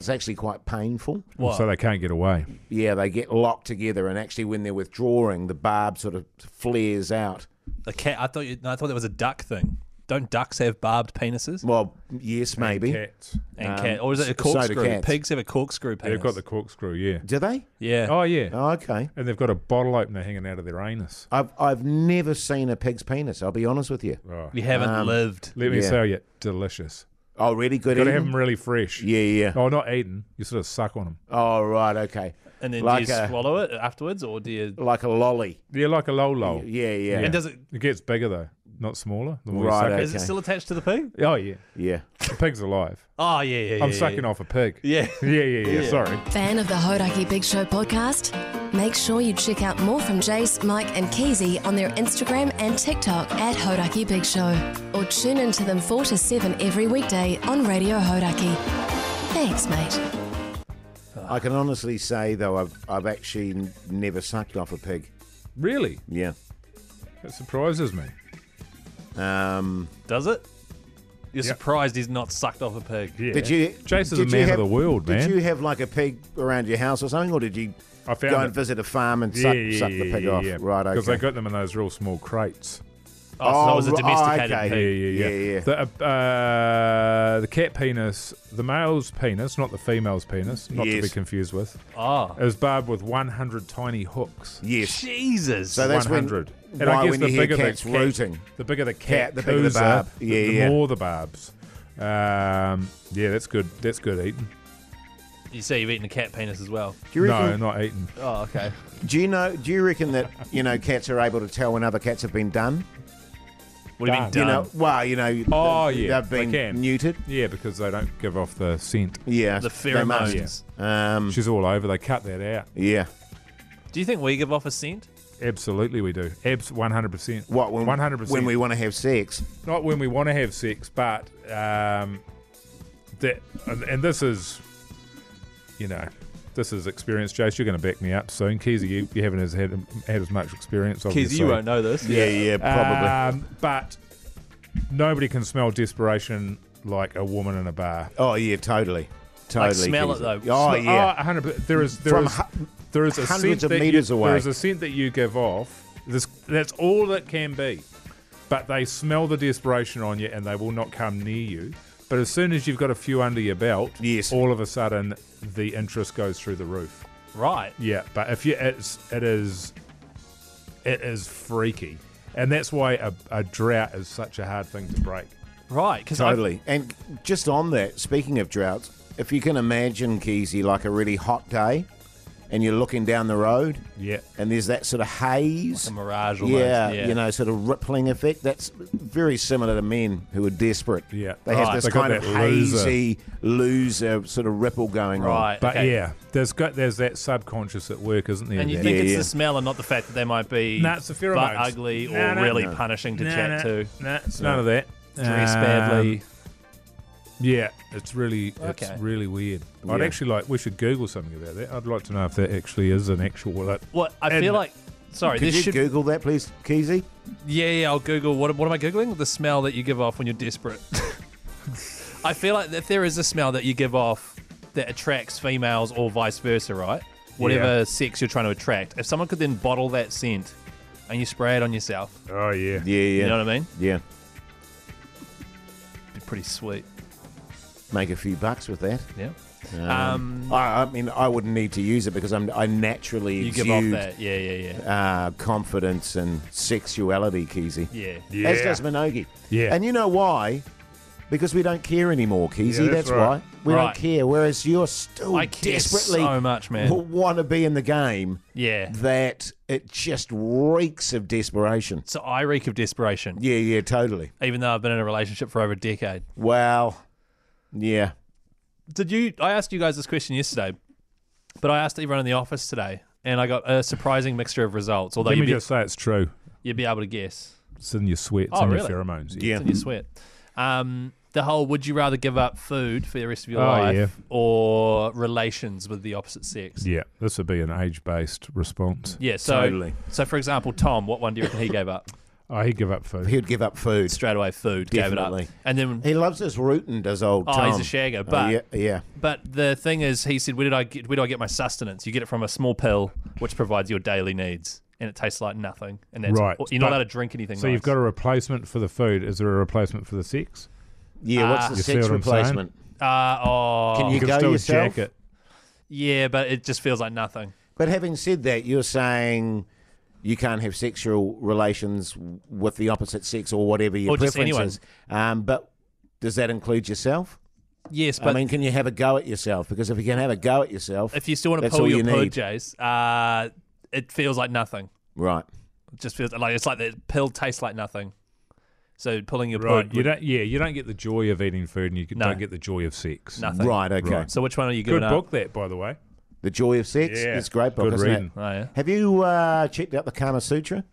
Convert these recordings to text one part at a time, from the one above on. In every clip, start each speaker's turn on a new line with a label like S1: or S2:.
S1: It's actually quite painful.
S2: So they can't get away.
S1: Yeah, they get locked together, and actually, when they're withdrawing, the barb sort of flares out.
S3: The cat. I thought. You, no, I thought that was a duck thing. Don't ducks have barbed penises?
S1: Well, yes, maybe.
S2: Cats.
S3: And
S1: Um,
S3: cat, or is it a
S1: so do
S3: corkscrew?
S1: cats.
S3: Pigs have a corkscrew penis.
S2: They've got the corkscrew, yeah.
S1: Do they?
S3: yeah.
S2: Oh, yeah.
S1: Oh, okay.
S2: And they've got a bottle opener hanging out of their anus.
S1: I've I've never seen a pig's penis. I'll be honest with you.
S2: Oh.
S3: you haven't
S1: Um,
S3: lived.
S2: Let me
S1: Yeah.
S2: tell you, delicious.
S1: Oh, really good.
S2: Got to
S1: eating?
S2: have them really fresh.
S1: Yeah, yeah.
S2: Oh, not eating. You sort of suck on them.
S1: Oh, right, okay.
S3: And then
S1: like
S3: do you
S1: a-
S3: swallow it afterwards, or do you?
S1: Like a lolly.
S2: Yeah, like a lolo.
S1: Yeah, yeah,
S3: And
S1: yeah.
S3: does it?
S2: It gets bigger though, not smaller. The more you
S1: Right, eh?
S2: suck
S3: Is it
S1: Okay.
S3: still attached to the pig?
S2: it. Oh yeah, the pig's alive.
S3: Oh yeah, yeah.
S2: I'm
S3: yeah,
S2: sucking
S3: yeah.
S2: off a pig.
S3: Yeah.
S2: Yeah, yeah, yeah. Sorry.
S4: Fan of the Hodaki Big Show podcast? Make sure you check out more from Jace, Mike, and Keezy on their Instagram and TikTok at Hodaki Big Show. Or tune in to them 4 to 7 every weekday on Radio Hodaki. Thanks, mate.
S1: I can honestly say though, I've I've actually n- never sucked off a pig.
S2: Really?
S1: Yeah.
S2: That surprises me.
S1: Um,
S3: Does it? You're
S2: Yeah.
S3: surprised he's not sucked off a pig.
S2: Yeah.
S1: Did you?
S2: Chase is
S1: did
S2: a
S1: you
S2: man
S1: have-
S2: of the world, man.
S1: Did you have like a pig around your house or something, or did you
S2: I found
S1: go
S2: it.
S1: and visit a farm and
S2: yeah,
S1: suck,
S2: yeah,
S1: suck the
S2: yeah,
S1: pig
S2: yeah,
S1: off?
S2: yeah.
S1: Right.
S2: Because
S1: Okay.
S2: they got them in those real small crates.
S3: Oh, so that was a
S1: Oh,
S3: domesticated
S1: okay.
S2: Yeah,
S3: pig.
S2: yeah, yeah.
S1: Yeah, yeah.
S2: The, uh, uh, the cat penis, the male's penis, not the female's penis, not to
S1: Yes. Uh.
S2: be confused with,
S3: Oh,
S2: is barbed with 100 tiny hooks.
S1: yes.
S3: Jesus.
S1: So that's when-
S2: 100.
S1: why when you hear cats
S2: cat,
S1: rooting.
S2: the bigger the cat,
S1: the bigger the
S2: coos
S1: barb.
S2: up,
S1: Yeah,
S2: the
S1: yeah.
S2: more the barbs. Um, yeah, that's good. That's good eating.
S3: you say you've eaten a cat penis as well.
S1: Do you reckon?
S2: No, not eating.
S3: Oh, okay.
S1: Do you know? Do you reckon that you know cats are able to tell when other cats have been done?
S3: What do you mean
S1: You
S3: done?
S1: know, well, you know,
S2: Oh,
S1: th-
S2: yeah,
S1: they've
S2: they
S1: been
S2: can.
S1: neutered.
S2: Yeah, because they don't give off the scent.
S1: Yeah,
S3: the
S1: they must.
S3: pheromones.
S1: Um,
S2: She's all over. They cut that out.
S1: yeah.
S3: Do you think we give off a scent?
S2: Absolutely, we do. Abs, one hundred percent.
S1: What when
S2: One hundred percent.
S1: when we want to have sex?
S2: not when we want to have sex, but um, that and, and this is, you know, this is experience. Jace, you're going to back me up soon. Keezy, you, you haven't as had, had as much experience.
S3: Keys,
S2: Obviously.
S3: you won't know this.
S1: Yeah, yeah, probably.
S2: Um, but nobody can smell desperation like a woman in a bar.
S1: oh yeah, totally, totally.
S3: Like, smell it,
S1: Keezy.
S3: though.
S1: Oh
S2: Sm-
S1: yeah,
S2: oh, 100%. There is there
S1: From
S2: is-
S1: hu-
S2: there is a
S1: hundreds
S2: scent
S1: of
S2: that
S1: meters
S2: you,
S1: away.
S2: There is a scent that you give off. This that's all it can be. But they smell the desperation on you, and they will not come near you. But as soon as you've got a few under your belt,
S1: Yes.
S2: all of a sudden the interest goes through the roof.
S3: Right.
S2: Yeah, but if you, it's it is, it is freaky, and that's why a, a drought is such a hard thing to break.
S3: Right. Because
S1: totally. And just on that, speaking of droughts, if you can imagine Keezy like a really hot day, and you're looking down the road,
S2: Yeah.
S1: and there's that sort of haze,
S3: a mirage almost,
S1: yeah,
S3: yeah.
S1: you know, sort of rippling effect. That's very similar to men who are desperate.
S2: Yeah.
S1: they
S2: Right.
S1: have this
S2: They got
S1: kind of
S2: that loser.
S1: hazy loser sort of ripple going on.
S3: Right.
S2: But
S3: okay.
S2: yeah, there's got there's that subconscious at work, isn't there?
S3: And you
S2: that-
S3: think
S1: Yeah,
S3: it's
S1: yeah.
S3: the smell and not the fact that they might be
S2: Nah, it's the
S3: butt
S2: pheromones.
S3: ugly or
S2: Nah, nah,
S3: really
S2: nah.
S3: punishing to
S2: Nah,
S3: chat
S2: nah,
S3: to.
S2: Nah, it's none of that.
S3: Dress
S2: Um,
S3: badly.
S2: Yeah, it's really it's
S3: Okay.
S2: really weird. I'd
S1: Yeah.
S2: actually like we should Google something about that. I'd like to know if that actually is an actual. Like,
S3: What I
S2: And-
S3: feel like. Sorry,
S1: Could
S3: this
S1: you
S3: should.
S1: Google that, please, Keezy?
S3: yeah, yeah, I'll Google. What, what am I Googling? The smell that you give off when you're desperate. I feel like if there is a smell that you give off that attracts females or vice versa, right? Whatever
S2: Yeah.
S3: sex you're trying to attract. If someone could then bottle that scent and you spray it on yourself,
S2: oh yeah,
S1: Yeah, yeah.
S3: you know what I mean?
S1: Yeah.
S3: It'd be pretty sweet.
S1: Make a few bucks with that.
S3: Yeah. um,
S1: I, I mean, I wouldn't need to use it because I'm, I naturally
S3: you
S1: exude
S3: give off that. Yeah, yeah, yeah.
S1: Uh, confidence and sexuality, Keezy.
S3: Yeah.
S2: yeah.
S1: As does Minogi.
S2: Yeah.
S1: And you know why? Because we don't care anymore, Keezy.
S2: Yeah, that's
S1: that's
S2: right.
S1: why. We
S3: Right.
S1: don't care. Whereas you're still
S3: I care
S1: desperately
S3: so much, man.
S1: want to be in the game
S3: Yeah.
S1: that it just reeks of desperation.
S3: So I reek of desperation,
S1: Yeah, yeah, totally.
S3: even though I've been in a relationship for over a decade.
S1: Wow. Yeah.
S3: Did you? I asked you guys this question yesterday, but I asked everyone in the office today, and I got a surprising mixture of results. Although
S2: Let
S3: you'd
S2: me
S3: be,
S2: just say it's true.
S3: you'd be able to guess.
S2: It's in your sweat. It's
S3: Oh,
S2: in
S3: really?
S2: your pheromones.
S1: Yeah.
S3: It's in your sweat. Um, the whole would you rather give up food for the rest of your
S2: Oh,
S3: life
S2: yeah.
S3: or relations with the opposite sex?
S2: yeah. This would be an age-based response.
S3: Yeah, so
S1: Totally.
S3: so for example, Tom, what one do you reckon he gave up?
S2: Oh, he'd give up food.
S1: He'd give up food.
S3: Straight away, food
S1: Definitely.
S3: gave it up, and then
S1: He loves his rootin', does old
S3: Oh,
S1: Tom.
S3: he's a shagger,
S1: Oh,
S3: but-
S1: yeah, yeah.
S3: But the thing is, he said, "Where did I get? Where do I get my sustenance? You get it from a small pill, which provides your daily needs, and it tastes like nothing. And that's
S2: Right,
S3: You're not
S2: but-
S3: allowed to drink anything.
S2: So you've got a replacement for the food. Is there a replacement for the sex?
S1: Yeah, what's
S3: Ah.
S1: the
S2: You see
S1: sex
S2: what I'm saying?
S1: replacement?
S3: a uh, oh
S1: Can you
S2: can
S1: go
S2: still
S1: yourself?
S2: jack it.
S3: yeah, but it just feels like nothing.
S1: But having said that, you're saying you can't have sexual relations w- with the opposite sex or whatever your
S3: Or just
S1: preference
S3: anyone.
S1: is. Um, but does that include yourself?
S3: Yes, but
S1: I mean, can you have a go at yourself? Because if you can have a go at yourself,
S3: if you still want to
S1: that's
S3: pull
S1: all
S3: your
S1: you
S3: pud,
S1: need.
S3: Jace, uh, it feels like nothing.
S1: right,
S3: It just feels like it's like the pill tastes like nothing. So pulling your
S2: Right.
S3: pud,
S2: You
S3: would-
S2: don't. Yeah, you don't get the joy of eating food, and you
S3: No.
S2: don't get the joy of sex.
S3: nothing.
S1: right, okay.
S2: Right.
S3: So which one are you
S2: Good
S3: giving
S2: book, that by the way.
S1: The joy of sex.
S2: Yeah.
S1: It's a great book,
S2: Good
S1: isn't
S2: reading.
S1: it?
S3: up? Oh, yeah.
S1: Have you uh, checked out the Kama Sutra,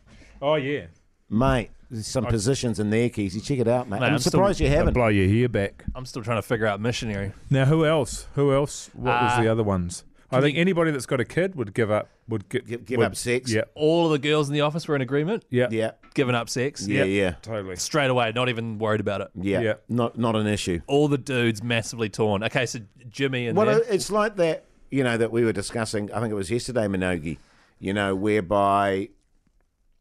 S2: Oh yeah.
S1: mate? There's some positions in there, Keezy. Check it out, mate.
S3: Mate,
S1: I'm,
S3: I'm still-
S1: surprised you haven't.
S2: Blow your hair back.
S3: I'm still trying to figure out missionary.
S2: Now, who else? Who else? What was
S3: Uh,
S2: the other ones? I think
S3: you-
S2: anybody that's got a kid would give up. Would gi-
S1: Give- give
S2: would-
S1: up sex.
S2: Yeah.
S3: All of the girls in the office were in agreement,
S2: Yeah.
S1: yeah,
S3: giving up sex.
S1: yeah, yeah,
S2: Totally.
S3: straight away, not even worried about it.
S1: yeah,
S2: Yeah.
S1: Not not an issue.
S3: All the dudes massively torn. Okay, so Jimmy and
S1: Well,
S3: there.
S1: it- it's like that, you know, that we were discussing. I think it was yesterday, Minogi. You know, whereby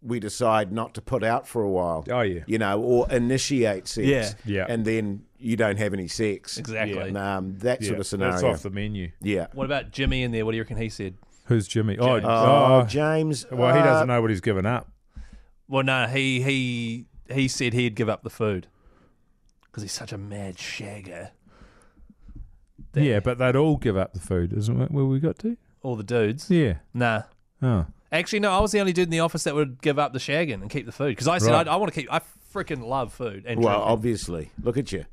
S1: we decide not to put out for a while.
S2: Oh, yeah.
S1: You know, or initiate sex.
S3: Yeah.
S2: Yeah.
S1: And then you don't have any sex.
S3: Exactly.
S1: And, um, that
S2: Yeah.
S1: sort of scenario.
S2: That's off the menu.
S1: yeah.
S3: what about Jimmy in there? What do you reckon he said?
S2: Who's Jimmy? Oh,
S3: James.
S1: Oh,
S2: oh,
S1: James.
S2: well, he
S1: uh,
S2: doesn't know what he's given up.
S3: Well, no, he he he said he'd give up the food because he's such a mad shagger. That-
S2: Yeah, but they'd all give up the food, isn't it? Where we got to?
S3: All the dudes.
S2: Yeah.
S3: Nah.
S2: Oh.
S3: Actually, no. I was the only dude in the office that would give up the shagging and keep the food because I said
S2: Right.
S3: I, I want to keep. I freaking love food and
S1: Well,
S3: well,
S1: obviously. Look at you.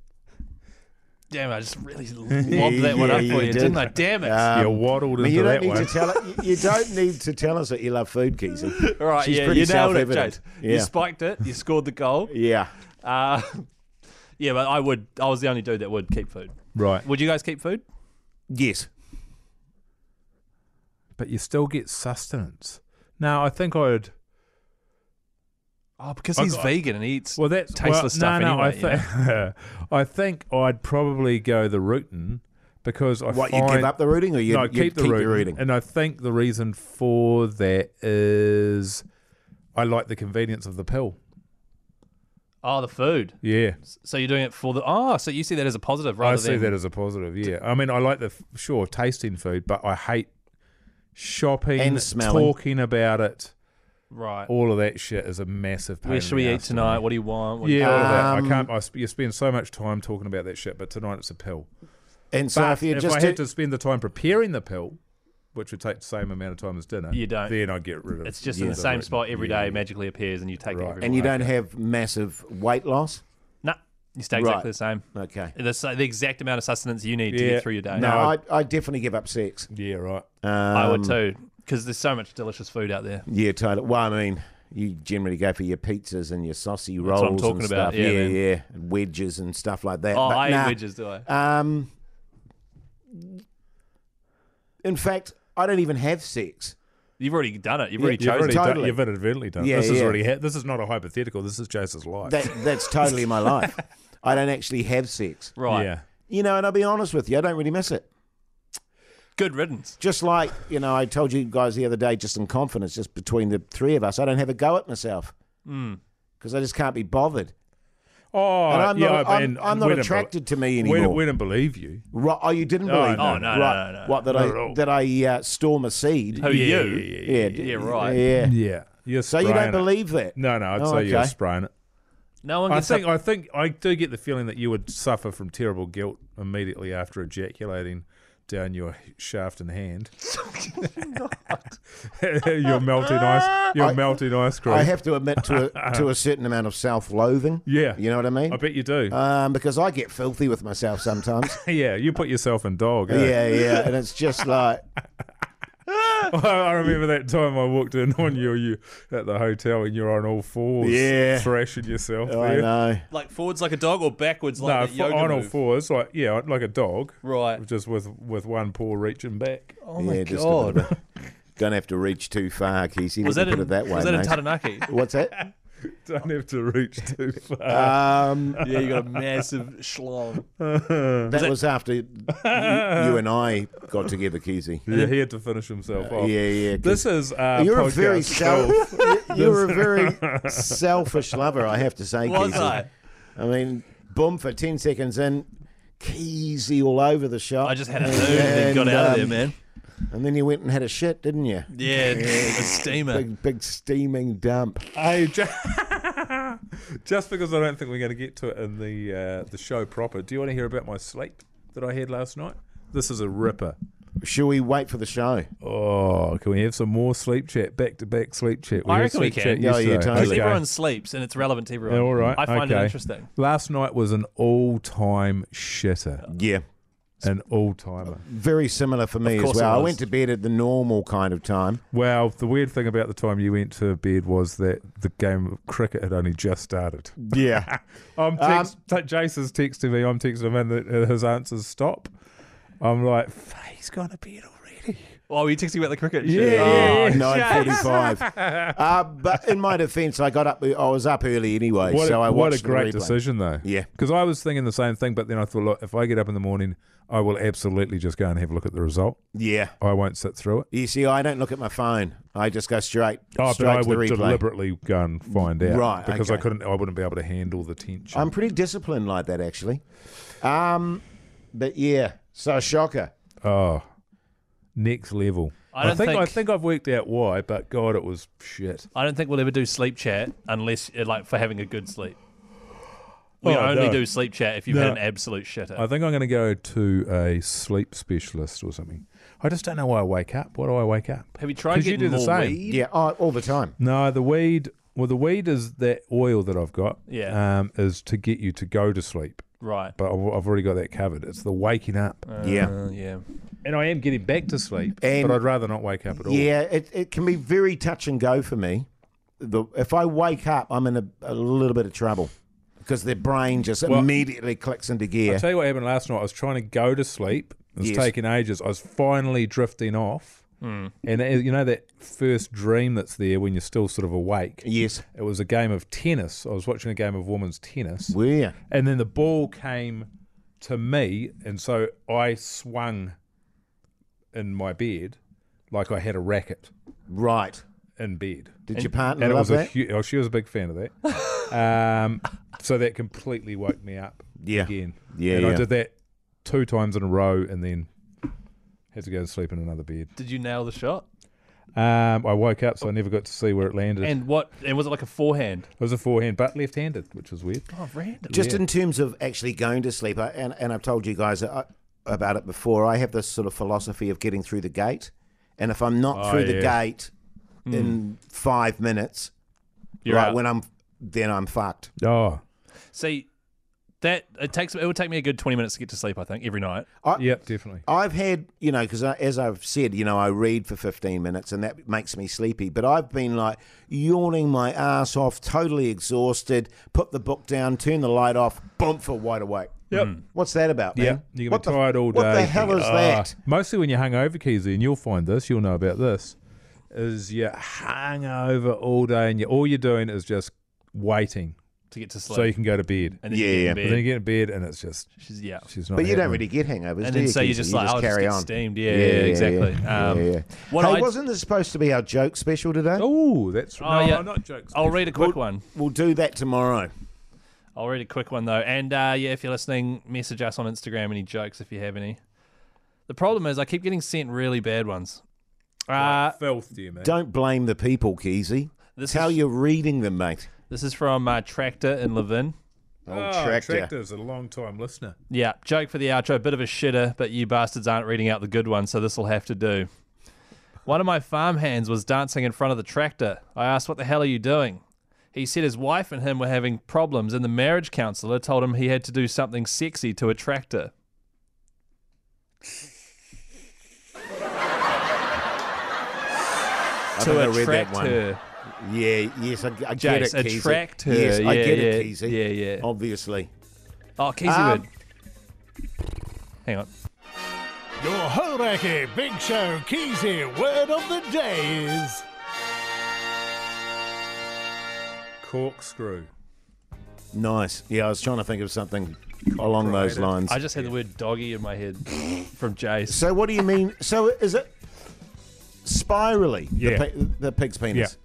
S3: damn, I just really lobbed that one
S1: Yeah,
S3: up for
S1: you did.
S3: you, didn't I? Damn it!
S1: Um,
S2: you waddled
S1: I mean,
S2: into
S1: you don't
S2: that
S1: need
S2: one.
S1: to tell it. You, you don't need to tell us that you love food, Keezy.
S3: all right,
S1: she's
S3: yeah,
S1: pretty
S3: you nailed it,
S1: self-evident.
S3: James.
S1: Yeah.
S3: You spiked it. You scored the goal.
S1: Yeah.
S3: Uh, yeah, but I would. I was the only dude that would keep food.
S2: right.
S3: Would you guys keep food?
S1: Yes.
S2: But you still get sustenance. Now, I think I'd.
S3: Oh, because
S2: I
S3: he's
S2: got-
S3: vegan and eats.
S2: Well, that's
S3: Tasteless
S2: well,
S3: stuff
S2: No, no,
S3: anyway,
S2: I, think I think I'd probably go the rootin because I
S1: What, you
S2: find
S1: give up the rooting or you
S2: no
S1: you'd
S2: keep the
S1: your
S2: rootin,
S1: rooting?
S2: and I think the reason for that is I like the convenience of the pill.
S3: oh, the food.
S2: Yeah,
S3: So you're doing it for the. Oh, so you see that as a positive rather
S2: I see
S3: than.
S2: that as a positive. Yeah, I mean I like the f- sure tasting food, but I hate shopping
S1: And smelling.
S2: talking about it.
S3: right.
S2: All of that shit is a massive. Pain
S3: Where
S2: in
S3: should
S2: the
S3: we eat
S2: ass to me.
S3: tonight? What do you want? What do you-
S2: Yeah, all of that.
S1: Um,
S2: I can't. I sp- you spend so much time talking about that shit, but tonight it's a pill.
S1: and so
S2: But
S1: if you
S2: if
S1: just
S2: I
S1: do-
S2: had to spend the time preparing the pill, which would take the same amount of time as dinner,
S3: You don't.
S2: Then I'd get rid of it.
S3: It's just in the
S2: Yeah.
S3: same spot every day.
S2: Yeah.
S3: magically appears and you take
S2: Right.
S3: it every
S1: and you
S3: morning.
S1: don't have massive weight loss.
S3: Nah, you stay
S1: Right.
S3: exactly the same.
S1: Okay.
S3: The, s- the exact amount of sustenance you need to
S2: Yeah.
S3: get through your day.
S1: No,
S2: No,
S1: I,
S2: I-
S1: I definitely give up sex.
S2: Yeah, right.
S1: Um,
S3: I would too, because there's so much delicious food out there.
S1: Yeah, totally. Well, I mean, you generally go for your pizzas and your saucy rolls
S3: what I'm
S1: and
S3: talking about,
S1: stuff.
S3: yeah,
S1: yeah,
S3: man.
S1: yeah. And wedges and stuff like that.
S3: Oh,
S1: But
S3: I
S1: nah,
S3: eat wedges, do I?
S1: Um, in fact, I don't even have sex.
S3: You've already done it. You've
S1: Yeah,
S3: already
S2: You've
S3: chosen.
S2: already
S1: Totally.
S2: done, you've inadvertently done. it.
S1: Yeah,
S2: this is
S1: yeah.
S2: already. Ha- this is not a hypothetical. This is Jace's life.
S1: That that's totally my life. I don't actually have sex.
S3: Right.
S2: Yeah.
S1: You know, and I'll be honest with you, I don't really miss it.
S3: Good riddance.
S1: Just like you know, I told you guys the other day, just in confidence, just between the three of us, I don't have a go at myself because I just can't be bothered.
S2: Oh,
S1: And I'm
S2: yeah.
S1: not,
S2: I
S1: I'm,
S2: mean,
S1: I'm not
S2: we didn't
S1: attracted to me
S2: be- We,
S1: anymore.
S2: we didn't believe you.
S1: Right? Oh, you didn't
S2: No,
S1: believe?
S2: no,
S1: me?
S3: Oh, no, no,
S1: right.
S3: no, no.
S1: What that
S2: Not at
S1: I
S2: all.
S1: that I uh, storm a seed?
S3: Who,
S2: yeah,
S3: you?
S2: Yeah, yeah,
S1: yeah,
S2: yeah.
S1: d-
S3: yeah, right.
S1: Yeah.
S2: Yeah. You're
S1: So you
S2: spraying
S1: don't
S2: it.
S1: believe that?
S2: No, no. I'd
S1: Oh,
S2: say you're
S1: okay.
S2: spraying it.
S3: No one
S2: I
S3: can
S2: think. I think. I do get the feeling that you would suffer from terrible guilt immediately after ejaculating down your shaft and hand. your melting ice. Your
S1: I-
S2: melting ice cream.
S1: I have to admit to a, to a certain amount of self-loathing.
S2: Yeah.
S1: you know what I mean.
S2: I bet you do.
S1: um, because I get filthy with myself sometimes.
S2: yeah, you put yourself in dog. eh?
S1: yeah, yeah, and it's just like
S2: I remember that time I walked in on you, you at the hotel and you're on all fours,
S1: Yeah. Oh,
S2: thrashing yourself.
S1: I
S2: there.
S1: know.
S3: like forwards like a dog or backwards
S2: No,
S3: like a
S2: fo-
S3: yoga
S2: on all
S3: move?
S2: fours, like yeah, like a dog,
S3: Right.
S2: just with with one paw reaching back.
S3: Oh
S1: yeah, just a little bit. Don't have to reach too far, Kesey.
S3: Was
S1: we can
S3: that
S1: put
S3: in,
S1: it that way,
S3: was that in
S1: mate.
S3: Taranaki?
S1: What's that?
S2: Don't have to reach too far.
S1: Um,
S5: Yeah, you got a massive schlong.
S1: that was after you, you and I got together, Keezy.
S2: yeah, he had to finish himself off.
S1: yeah, yeah, 'cause-
S2: This is uh,
S1: you're a very
S2: podcast
S1: self,
S2: gold.
S1: you're a very selfish lover, I have to say.
S5: Was
S1: Keezy.
S5: I?
S1: I mean, boom for ten seconds in, Keezy all over the shop.
S3: I just had a
S1: And-
S3: noon and then got out of there,
S1: um,
S3: man.
S1: And then you went and had a shit, didn't you?
S3: Yeah, a steamer.
S1: Big, big steaming dump.
S2: I ju- just because I don't think we're going to get to it in the uh, the show proper. Do you want to hear about my sleep that I had last night? This is a ripper.
S1: Shall we wait for the show?
S2: Oh, can we have some more sleep chat? Back to back sleep chat.
S3: I
S2: had
S3: reckon we
S2: sleep
S3: can.
S2: chat
S1: Yeah, yeah,
S2: yesterday.
S1: totally.
S3: Because
S1: Okay.
S3: everyone sleeps and it's relevant to everyone.
S2: Yeah, all right.
S3: I find
S2: Okay.
S3: it interesting.
S2: Last night was an all time shitter.
S1: Yeah.
S2: An all timer.
S1: Very similar for me
S3: Of
S1: as
S3: course it
S1: well. I
S3: was.
S1: went to bed at the normal kind of time.
S2: Well, the weird thing about the time you went to bed was that the game of cricket had only just started.
S1: Yeah. Um,
S2: I'm text, t- Jason's texting me. I'm texting him, and the, his answers stop. I'm like, he's gone to bed already.
S3: Oh, were you texting about the cricket?
S2: Yeah,
S3: shit?
S2: yeah,
S3: Oh,
S2: yeah.
S1: Nine forty-five. uh, but in my defence, I got up. I was up early anyway,
S2: What,
S1: so
S2: a,
S1: I
S2: what
S1: watched
S2: a great
S1: the replay.
S2: decision, though.
S1: Yeah.
S2: Because I was thinking the same thing, but then I thought, look, if I get up in the morning, I will absolutely just go and have a look at the result.
S1: Yeah.
S2: I won't sit through it.
S1: You see, I don't look at my phone. I just go straight,
S2: Oh, but
S1: straight
S2: I
S1: to the
S2: would
S1: replay.
S2: deliberately go and find out,
S1: Right,
S2: Because I
S1: okay.
S2: couldn't, I wouldn't be able to handle the tension.
S1: I'm pretty disciplined like that, actually. Um, but yeah, so shocker.
S2: oh, next level.
S3: I don't
S2: I
S3: think-
S2: think I've worked out why, but God, it was shit.
S3: I don't think we'll ever do sleep chat unless, uh, like, for having a good sleep. We
S2: Oh,
S3: only
S2: no.
S3: do sleep chat if you've
S2: No.
S3: had an absolute shitter.
S2: I think I'm going to go to a sleep specialist or something. I just don't know why I wake up. Why do I wake up?
S3: Have you tried
S2: 'Cause you
S3: getting
S2: do the
S3: more
S2: same.
S3: weed?
S1: Yeah, oh, all the time.
S2: No, the weed. Well, the weed is that oil that I've got.
S3: Yeah.
S2: Um, is to get you to go to sleep,
S3: Right.
S2: but I've, I've already got that covered. It's the waking up,
S1: yeah,
S3: Uh, yeah.
S2: and I am getting back to sleep,
S1: And-
S2: but I'd rather not wake up at all.
S1: yeah. It, it can be very touch and go for me. The, if I wake up, I'm in a, a little bit of trouble because their brain just
S2: Well-
S1: immediately clicks into
S2: I
S1: gear.
S2: tell you what happened last night. I was trying to go to sleep. It was
S1: Yes.
S2: taking ages. I was finally drifting off, and uh, you know that first dream that's there when you're still sort of awake.
S1: Yes,
S2: It was a game of tennis. I was watching a game of women's tennis.
S1: where?
S2: And then the ball came to me, and so I swung in my bed like I had a racket
S1: Right.
S2: in bed.
S1: Did your partner
S2: And it
S1: love
S2: was a
S1: that?
S2: hu- oh, she was a big fan of that. um, so that completely woke me up
S1: Yeah.
S2: again.
S1: Yeah,
S2: and I
S1: yeah.
S2: did that two times in a row, and then had to go to sleep in another bed.
S3: Did you nail the shot?
S2: Um, I woke up, so I never got to see where it landed.
S3: And what? And was it like a forehand?
S2: it was a forehand, but left-handed, which was weird.
S3: Oh, random.
S1: Just in terms of actually going to sleep, I, and, and I've told you guys uh, about it before, I have this sort of philosophy of getting through the gate. And if I'm not
S2: Oh,
S1: through the
S2: yeah. Hmm.
S1: gate in five minutes,
S3: You're
S1: right,
S3: out.
S1: when I'm then I'm fucked.
S2: Oh,
S3: See, that it takes. It would take me a good twenty minutes to get to sleep. I think every night.
S2: yep, definitely.
S1: I've had, you know, because as I've said, you know, I read for 15 minutes and that makes me sleepy. But I've been like yawning my ass off, totally exhausted, put the book down, turn the light off, bump for wide awake.
S2: Yep.
S1: What's that about, man?
S2: Yeah, you're gonna
S1: what
S2: be tired
S1: the,
S2: all day.
S1: What the hell is
S2: thinking,
S1: that?
S2: "Ah." Mostly when you're hungover, Keezy, and you'll find this. You'll know about this. Is you're hungover all day, and you all you're doing is just waiting
S3: to get to sleep.
S2: so you can go to bed.
S3: and then
S1: Yeah,
S3: you
S1: yeah. But
S3: get
S2: But
S3: in
S2: then
S3: bed.
S2: you get in bed, and it's just
S3: She's, yeah.
S2: she's not.
S1: But you don't
S2: having it.
S1: really get hangovers,
S3: And
S1: do
S3: then
S1: you?
S3: so
S1: Keezy?
S3: you're just
S1: You
S3: like, I'll just
S1: carry
S3: get
S1: on.
S3: steamed. Yeah, yeah, exactly.
S1: yeah,
S3: Um,
S1: yeah.
S3: What
S1: hey,
S3: I
S1: wasn't this supposed to be our joke special today?
S2: Oh, that's
S3: Oh,
S2: no,
S3: yeah.
S2: not jokes.
S3: I'll read a quick one.
S1: We'll do that tomorrow.
S3: I'll read a quick one though. And uh, yeah, if you're listening, message us on Instagram any jokes if you have any. The problem is I keep getting sent really bad ones. Uh,
S2: filth, dear man.
S1: Don't blame the people, Keezy. That's
S3: This
S1: how
S3: is-
S1: you're reading them, mate.
S3: this is from uh, Tractor in Levin.
S1: Old
S3: Ah,
S1: tractor.
S2: Oh, a long-time listener.
S3: Yeah, joke for the outro, bit of a shitter, but you bastards aren't reading out the good one, so this'll have to do. One of my farm hands was dancing in front of the tractor. I asked, What the hell are you doing? He said his wife and him were having problems, and the marriage counselor told him he had to do something sexy to a tractor.
S1: I
S3: to
S1: think I read
S3: attract
S1: that one.
S3: her.
S1: Yeah, yes, I, I get it,
S3: Jace,
S1: Keezy.
S3: attract her.
S1: Yes, I
S3: Yeah,
S1: get it,
S3: yeah,
S1: Keezy.
S3: yeah, yeah.
S1: Obviously.
S3: Oh, Keezy
S1: Um,
S3: would. Hang on.
S6: Your Hodaki Big Show Keezy word of the day is
S2: Corkscrew.
S1: Nice. Yeah, I was trying to think of something along those
S2: Copyrighted.
S1: lines.
S3: I just had the word doggy in my head from Jace.
S1: So what do you mean? So is it spirally?
S2: Yeah.
S1: The, pi- the pig's penis.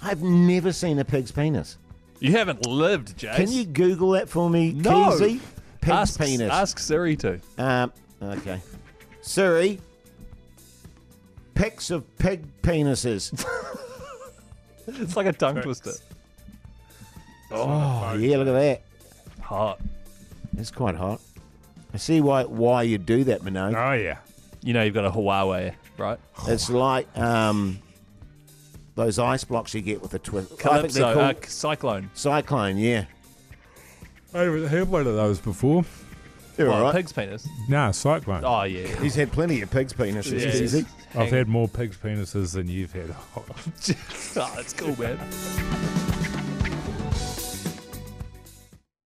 S1: I've never seen a pig's penis.
S3: You haven't lived, Jace.
S1: Can you Google that for me,
S3: No.
S1: Keezy? Pig's
S3: ask,
S1: penis.
S3: Ask Siri to.
S1: Um, okay. Siri. Pics of pig penises.
S3: It's like a tongue twister.
S1: Oh, yeah, look at that.
S3: Hot.
S1: It's quite hot. I see why why you do that, Minot.
S2: Oh yeah.
S3: You know you've got a Huawei, right?
S1: It's like um, those ice blocks you get with a twist. I think
S3: Calypso,
S1: they're
S3: uh,
S1: called
S3: Cyclone.
S1: cyclone. Yeah,
S2: I haven't had one of those before.
S1: you're
S3: What,
S1: all right.
S3: Pig's penis.
S2: Nah, cyclone.
S3: Oh, yeah.
S1: He's had plenty of pigs' penises.
S3: Yeah.
S1: Keezy.
S2: Oh, I've had more pigs' penises than you've had.
S3: oh, it's cool, man.